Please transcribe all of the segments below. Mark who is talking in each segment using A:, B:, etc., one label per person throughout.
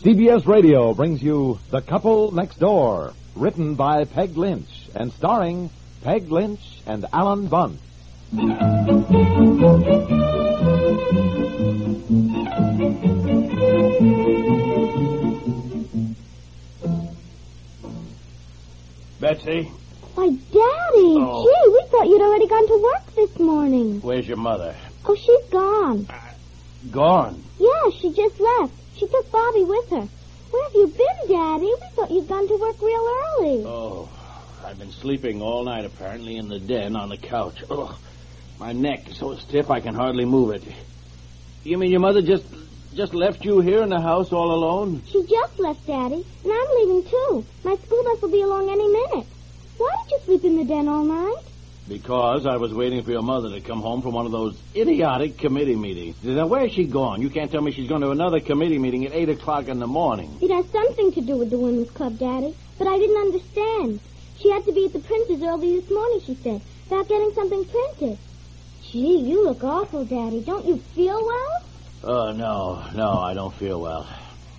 A: CBS Radio brings you The Couple Next Door, written by Peg Lynch and starring Peg Lynch and Alan Bunt.
B: Betsy,
C: Why, Daddy!
B: Oh.
C: Gee, we thought you'd already gone to work this morning.
B: where's your mother?
C: Oh, she's gone.
B: Gone.
C: Yeah, she just left. She took Bobby with her. Where have you been, Daddy? We thought you'd gone to work real early.
B: Oh, I've been sleeping all night apparently in the den on the couch. Oh, my neck is so stiff I can hardly move it. You mean your mother just just left you here in the house all alone?
C: She just left, Daddy, and I'm leaving too. My school bus will be along any minute. Why did you sleep in the den all night?
B: Because I was waiting for your mother to come home from one of those idiotic committee meetings. Now where's she gone? You can't tell me she's going to another committee meeting at eight o'clock in the morning.
C: It has something to do with the women's club, Daddy, but I didn't understand. She had to be at the printer's early this morning, she said, about getting something printed. Gee, you look awful, Daddy. Don't you feel well?
B: Oh no, no, I don't feel well.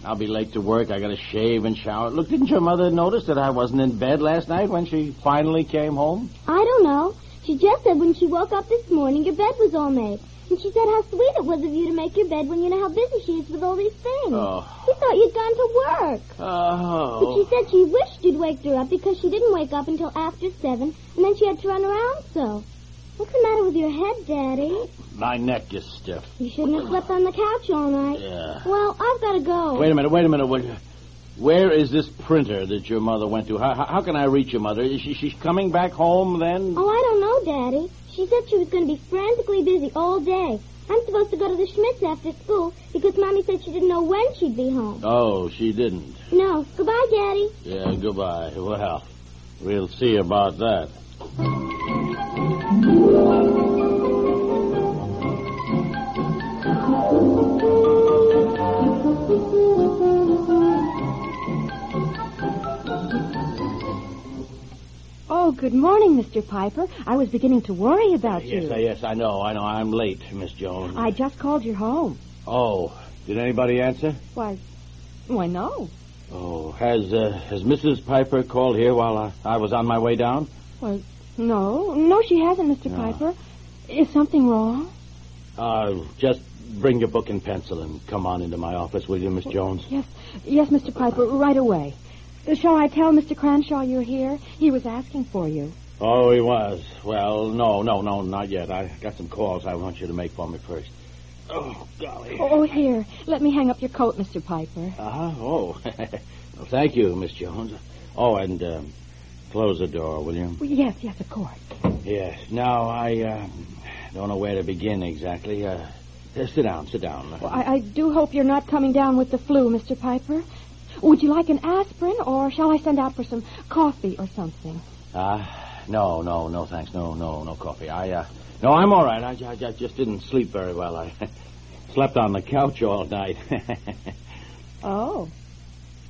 B: I'll be late to work. I gotta shave and shower. Look, didn't your mother notice that I wasn't in bed last night when she finally came home?
C: I don't know. She just said when she woke up this morning, your bed was all made. And she said how sweet it was of you to make your bed when you know how busy she is with all these things.
B: Oh.
C: She thought you'd gone to work. But she
B: Oh.
C: said she wished you'd waked her up because she didn't wake up until after seven, and then she had to run around so. What's the matter with your head, Daddy?
B: My neck is stiff.
C: You shouldn't have slept on the couch all night.
B: Yeah.
C: Well, I've got to go.
B: Wait a minute, wait a minute. What- Where is this printer that your mother went to? How, how how can I reach your mother? Is she she's coming back home then?
C: Oh, I don't know, Daddy. She said she was going to be frantically busy all day. I'm supposed to go to the Schmidt's after school because Mommy said she didn't know when she'd be home.
B: Oh, she didn't.
C: No. Goodbye, Daddy.
B: Yeah, goodbye. Well, we'll see about that.
D: Oh, good morning, Mr. Piper. I was beginning to worry about
B: Yes,
D: you.
C: Hmm.
B: I, yes, I know, I know. I'm late, Miss
C: Uh,
B: Jones.
D: I just called your home.
B: Oh, did anybody answer?
D: Why? Why no?
B: Oh, has uh, has Mrs. Piper called here while I, I was on my way down?
D: Why no? No, she hasn't, Mr.
B: No.
D: Piper. Is something wrong?
B: Uh, just bring your book and pencil and come on into my office, will you, Miss Jones?
D: Yes, yes, Mr. Piper, right away. Shall I tell Mr. Cranshaw you're here? He was asking for you.
B: Oh, he was. Well, no, no, no, not yet. I got some calls I want you to make for me first. Oh, golly.
D: Oh, here. Let me hang up your coat, Mr. Piper.
B: Uh-huh. Oh, well, thank you, Miss Jones. Oh, and um, close the door, will you?
D: Well, yes, yes, of course.
B: Yes. Now, I um, don't know where to begin exactly. Uh, uh, sit down, sit down.
D: Well, I, I do hope you're not coming down with the flu, Mr. Piper. Would you like an aspirin, or shall I send out for some coffee or something?
B: Ah, no, no, no, thanks. No, no, no coffee. I, uh, no, I'm all right. I, I, I just didn't sleep very well. I slept on the couch all night.
D: Oh.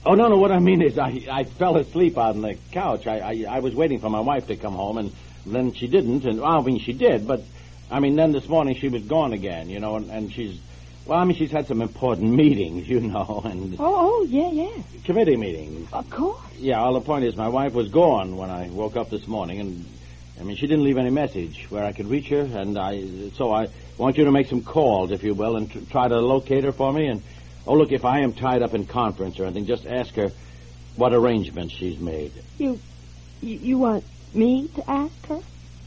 B: oh, no, no, what I mean is I, I fell asleep on the couch. I, I, I was waiting for my wife to come home, and then she didn't, and, well, I mean, she did, but, I mean, then this morning she was gone again, you know, and, and she's, well, I mean, she's had some important meetings, you know, and
D: Oh, oh, yeah, yeah.
B: committee meetings.
D: Of course.
B: Yeah, all the point is my wife was gone when I woke up this morning, and I mean, she didn't leave any message where I could reach her, and I so I want you to make some calls, if you will, and tr- try to locate her for me. And oh, look, if I am tied up in conference or anything, just ask her what arrangements she's made.
D: You, you, you want me to ask her?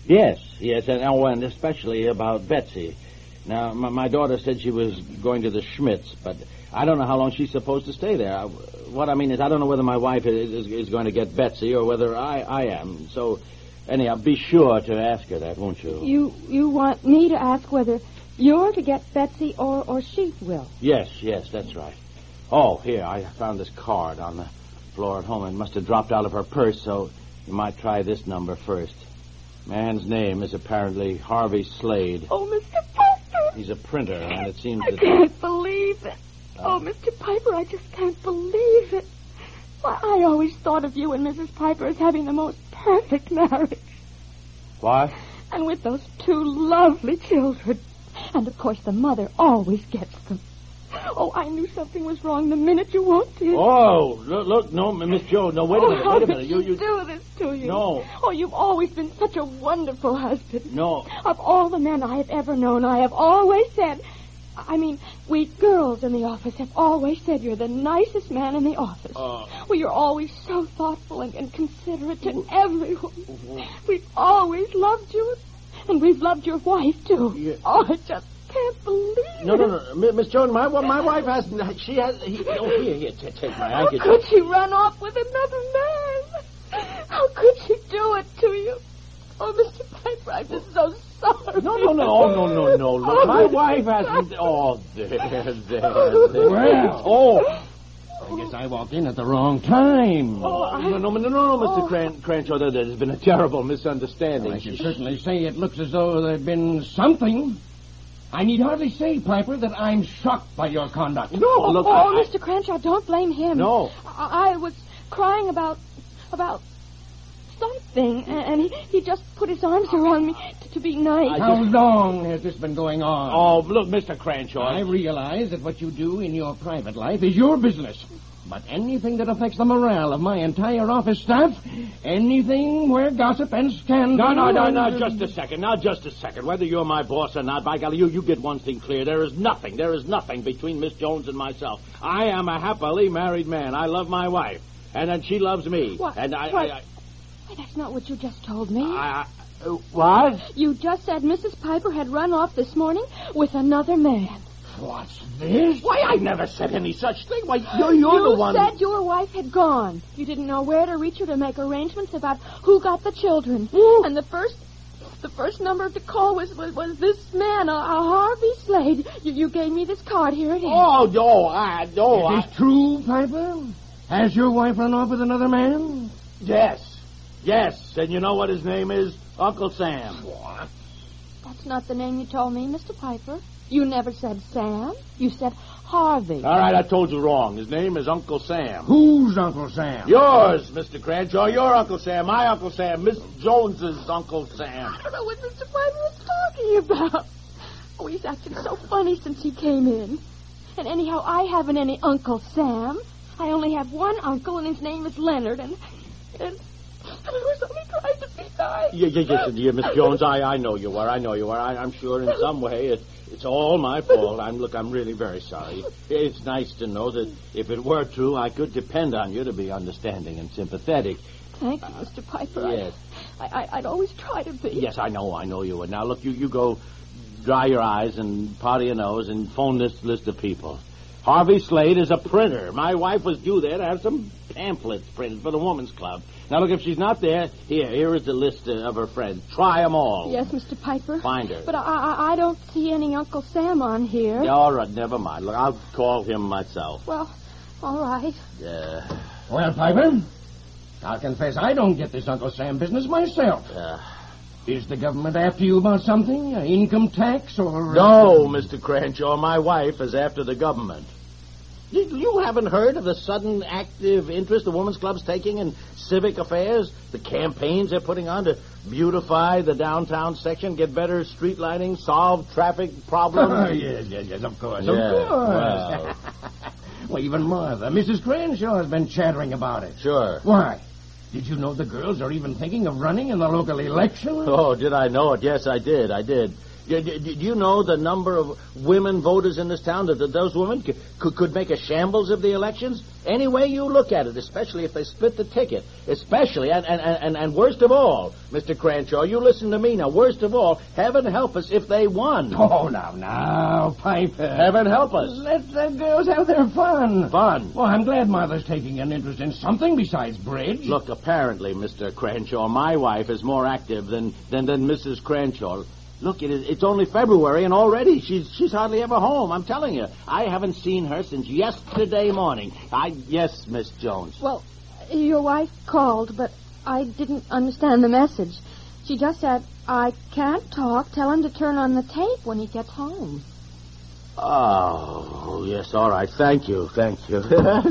B: Yes, yes, and oh, and especially about Betsy. Now, my, my daughter said she was going to the Schmitz, but I don't know how long she's supposed to stay there. I, what I mean is, I don't know whether my wife is, is, is going to get Betsy or whether I, I am. So, anyhow, be sure to ask her that, won't you?
D: You, you want me to ask whether you're to get Betsy or, or she will.
B: Yes, yes, that's right. Oh, here, I found this card on the floor at home and must have dropped out of her purse, so you might try this number first. Man's name is apparently Harvey Slade.
D: Oh, Mr. Piper,
B: He's a printer, and it seems
D: I
B: that.
D: can't believe it. Oh, Mr. Piper, I just can't believe it. Why, I always thought of you and Mrs. Piper as having the most perfect marriage.
B: Why?
D: And with those two lovely children. And of course the mother always gets them. Oh, I knew something was wrong the minute you walked in.
B: Oh, look, look no, Miss Joe, no, wait a
D: Oh,
B: minute,
D: how
B: wait a
D: did
B: minute.
D: she
B: You, you,
D: do this to you?
B: No.
D: Oh, you've always been such a wonderful husband.
B: no,
D: Of all the men I have ever known, I have always said, I mean, we girls in the office have always said you're the nicest man in the office.
B: Oh.
D: well, you're always so thoughtful and, and considerate to
B: Mm-hmm.
D: everyone. We've always loved you, and we've loved your wife, too.
B: Yeah.
D: Oh, I just can't believe
B: no, no,
D: it.
B: no, Mi- Miss Joan, my wa- my wife hasn't. She has. He, oh, here, here, t- take my
D: How
B: handkerchief.
D: could she run off with another man? How could she do it to you? Oh, Mr. Piper, I'm just so sorry.
B: No, no, no, oh, no, no, no. Look, my
D: Oh,
B: wife hasn't. Oh, there, there, there. Well, oh. I guess I walked in at the wrong time.
D: Oh, I-
B: No, no, no, no, no, Mr.
D: Oh.
B: Cran- Cranshaw, there, there's been a terrible misunderstanding.
E: I should certainly say it looks as though there'd been something. I need hardly say, Piper, that I'm shocked by your conduct.
B: No, look,
D: oh,
B: I- I-
D: Mr. Crenshaw, don't blame him.
B: No.
D: I, I was crying about about something, a- and he, he just put his arms around me to, to be nice.
E: How long has this been going on?
B: Oh, look, Mr. Cranshaw.
E: I realize that what you do in your private life is your business. But anything that affects the morale of my entire office staff, anything where gossip and scandal.
B: No, no, no, no, just a second. Now, just a second. Whether you're my boss or not, by golly, you, you get one thing clear. There is nothing, there is nothing between Miss Jones and myself. I am a happily married man. I love my wife. And then she loves me.
D: What?
B: And I.
D: What?
B: I, I,
D: Why, that's not what you just told me.
B: I, I- uh, what?
D: You just said Mrs. Piper had run off this morning with another man.
E: What's this?
B: Why, I never said any such thing. Why, you're, you're
D: you
B: the one.
D: said your wife had gone. You didn't know where to reach her to make arrangements about who got the children. And the first, the first number to call was was, was this man, a, a Harvey Slade. You, you gave me this card. Here it is.
B: Oh, no, I. No,
E: Is
B: I.
E: this true, Piper? Has your wife run off with another man?
B: Yes. Yes. And you know what his name is? Uncle Sam.
D: That's not the name you told me, Mr. Piper. You never said Sam. You said Harvey.
B: All right, I told you wrong. His name is Uncle Sam.
E: Who's Uncle Sam?
B: Yours, Mr. Cranshaw. Your Uncle Sam. My Uncle Sam. Miss Jones's Uncle Sam.
D: I don't know what Mr. Piper was talking about. Oh, he's acted so funny since he came in. And anyhow, I haven't any Uncle Sam. I only have one uncle, and his name is Leonard, and. and I was only trying to be nice.
B: Yeah, yeah, yes, dear Miss Jones. I, I know you are. I know you are. I, I'm sure in some way it, it's all my fault. I'm look. I'm really very sorry. It's nice to know that if it were true, I could depend on you to be understanding and sympathetic.
D: Thank you, Mr. Piper. I-
B: Yes,
D: I, I, I'd always try to be.
B: yes, I know. I know you would. Now look, you you go, dry your eyes and powder your nose and phone this list of people. Harvey Slade is a printer. My wife was due there to have some pamphlets printed for the Woman's Club. Now look, if she's not there, here here is the list of her friends. Try them all.
D: Yes, Mr. Piper.
B: Find her.
D: But I, I, I don't see any Uncle Sam on here.
B: Yeah, all right, never mind. Look, I'll call him myself.
D: Well, all right.
B: Uh,
E: Well, Piper, I'll confess I don't get this Uncle Sam business myself.
B: uh,
E: Is the government after you about something? Uh, income tax or. uh,
B: no, Mr. Cranshaw, my wife is after the government. You, you haven't heard of the sudden active interest the Women's Club's taking in civic affairs? The campaigns they're putting on to beautify the downtown section, get better street lighting, solve traffic
E: Oh,
B: problems?
E: yes, yes, yes, of course,
B: Yeah,
E: of course.
B: well.
E: well, even Martha, Mrs. Crenshaw has been chattering about it.
B: Sure.
E: Why? Did you know the girls are even thinking of running in the local election?
B: Oh, did I know it? Yes, I did. I did. Do, do, do you know the number of women voters in this town that, that those women could, could, could make a shambles of the elections? Any way you look at it, especially if they split the ticket. Especially, and, and, and, and worst of all, Mr. Cranshaw, you listen to me now. Worst of all, heaven help us if they won.
E: Oh, now, now, Piper.
B: Heaven help us.
E: Let the girls have their fun.
B: Fun.
E: Well, I'm glad Mother's taking an interest in something besides bridge.
B: Look, apparently, Mr. Cranshaw, my wife is more active than, than, than Mrs. Cranshaw. Look, it is, it's only February, and already she's she's hardly ever home. I'm telling you, I haven't seen her since yesterday morning. I yes, Miss Jones.
F: Well, your wife called, but I didn't understand the message. She just said, I can't talk. Tell him to turn on the tape when he gets home.
B: Oh yes, all right. Thank you, thank you.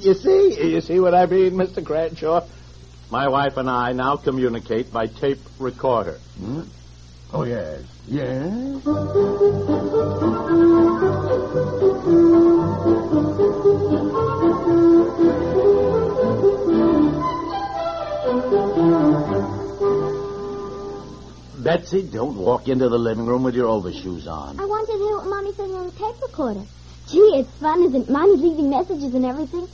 B: you see, you see what I mean, Mister Cranshaw. My wife and I now communicate by tape recorder.
E: Oh, yes. Yes?
B: Betsy, don't walk into the living room with your overshoes on.
C: I wanted to hear what Mommy said on the tape recorder. Gee, it's fun, isn't it? Mommy's leaving messages and everything.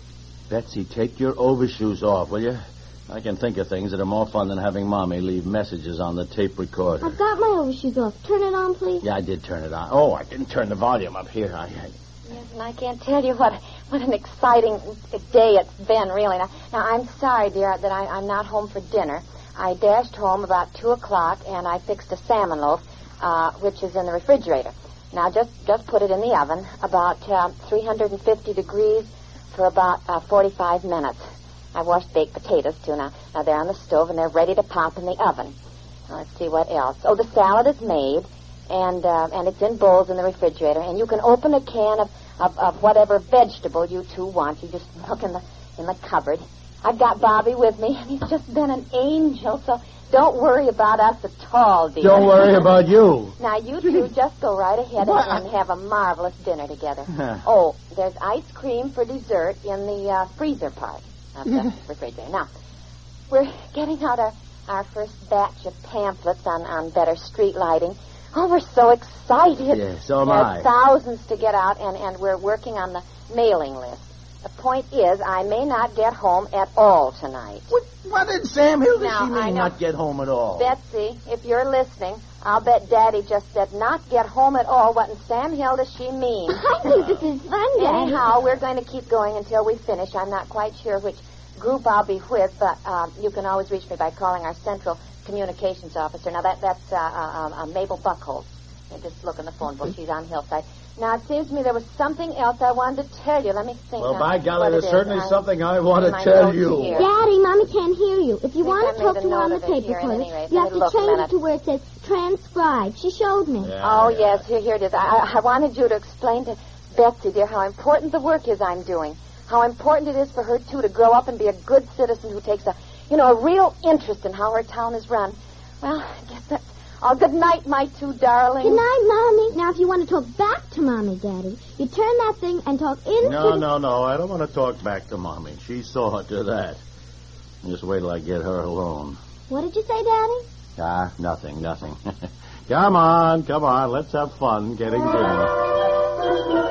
B: Betsy, take your overshoes off, will you? I can think of things that are more fun than having Mommy leave messages on the tape recorder.
D: Oh.
C: I've got my overshoes off. Turn it on, please.
B: Yeah, I did turn it on. Oh, I didn't turn the volume up here. I, I...
D: Yes, and I can't tell you what what an exciting day it's been, really. Now, now I'm sorry, dear, that I, I'm not home for dinner. I dashed home about two o'clock and I fixed a salmon loaf, uh, which is in the refrigerator. Now just just put it in the oven about uh, 350 degrees for about uh, 45 minutes. I washed baked potatoes too. Now, now they're on the stove and they're ready to pop in the oven. Now, let's see what else. Oh, the salad is made, and uh, and it's in bowls in the refrigerator. And you can open a can of, of of whatever vegetable you two want. You just look in the in the cupboard. I've got Bobby with me, and he's just been an angel. So don't worry about us at all, dear.
B: Don't worry about you.
D: Now you two just go right ahead and, and have a marvelous dinner together. oh, there's ice cream for dessert in the uh, freezer part of the refrigerator. Now, we're getting out our, our first batch of pamphlets on, on better street lighting. Oh, we're so excited.
B: Yes, so am
D: There are
B: I.
D: thousands to get out, and, and we're working on the mailing list. The point is, I may not get home at all tonight.
B: What, what did Sam Hill?
D: Now,
B: she
D: I
B: may
D: know.
B: not get home at all.
D: Betsy, if you're listening, I'll bet Daddy just said not get home at all. What in Sam Hill does she mean?
C: I think this is fun, Daddy.
D: Anyhow, we're going to keep going until we finish. I'm not quite sure which group I'll be with, but um, you can always reach me by calling our central communications officer. Now, that that's uh, uh, uh, Mabel Buckholz. You Just look in the phone book. She's on Hillside. Now, it seems to me there was something else I wanted to tell you. Let me think.
B: Well,
D: now
B: by
D: what
B: golly,
D: it
B: there's
D: is.
B: certainly
D: I-
B: something I want
D: my
B: to tell
D: notes
B: you.
D: here.
C: Daddy, Mommy can't hear you. If you
D: Think
C: want
D: I
C: to
D: made
C: talk
D: a
C: to her on
D: note
C: the
D: of it
C: tape
D: here at
C: recorder,
D: any rate.
C: you
D: Let
C: have to
D: me look a
C: change
D: minute.
C: it to where it says transcribe. She showed me.
B: Yeah,
D: Oh,
B: yeah.
D: yes, here, here it is. I, I- I wanted you to explain to Betsy, dear, how important the work is I'm doing. How important it is for her, too, to grow up and be a good citizen who takes a, you know, a real interest in how her town is run. Well, I guess that's all. Good night, my two darlings.
C: Good night, Mommy. Now, if you want to talk back to Mommy, Daddy, you turn that thing and talk into
B: No,
C: the...
B: no, no. I don't want to talk back to Mommy. She saw to that. Just wait till I get her alone.
C: What did you say, Daddy?
B: Ah, nothing, nothing. come on, come on. Let's have fun getting dinner.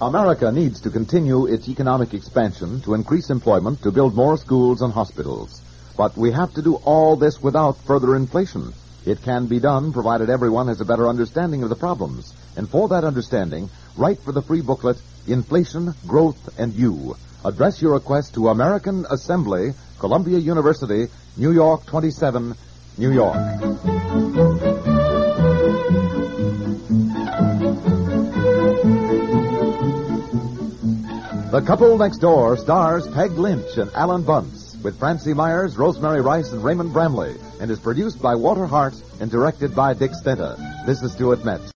A: America needs to continue its economic expansion to increase employment, to build more schools and hospitals. But we have to do all this without further inflation. It can be done provided everyone has a better understanding of the problems. And for that understanding, write for the free booklet, Inflation, Growth, and You. Address your request to American Assembly, Columbia University, New York 27, New York. The Couple Next Door stars Peg Lynch and Alan Bunce with Francie Myers, Rosemary Rice, and Raymond Bramley and is produced by Walter Hart and directed by Dick Stenta. This is Stuart Metz.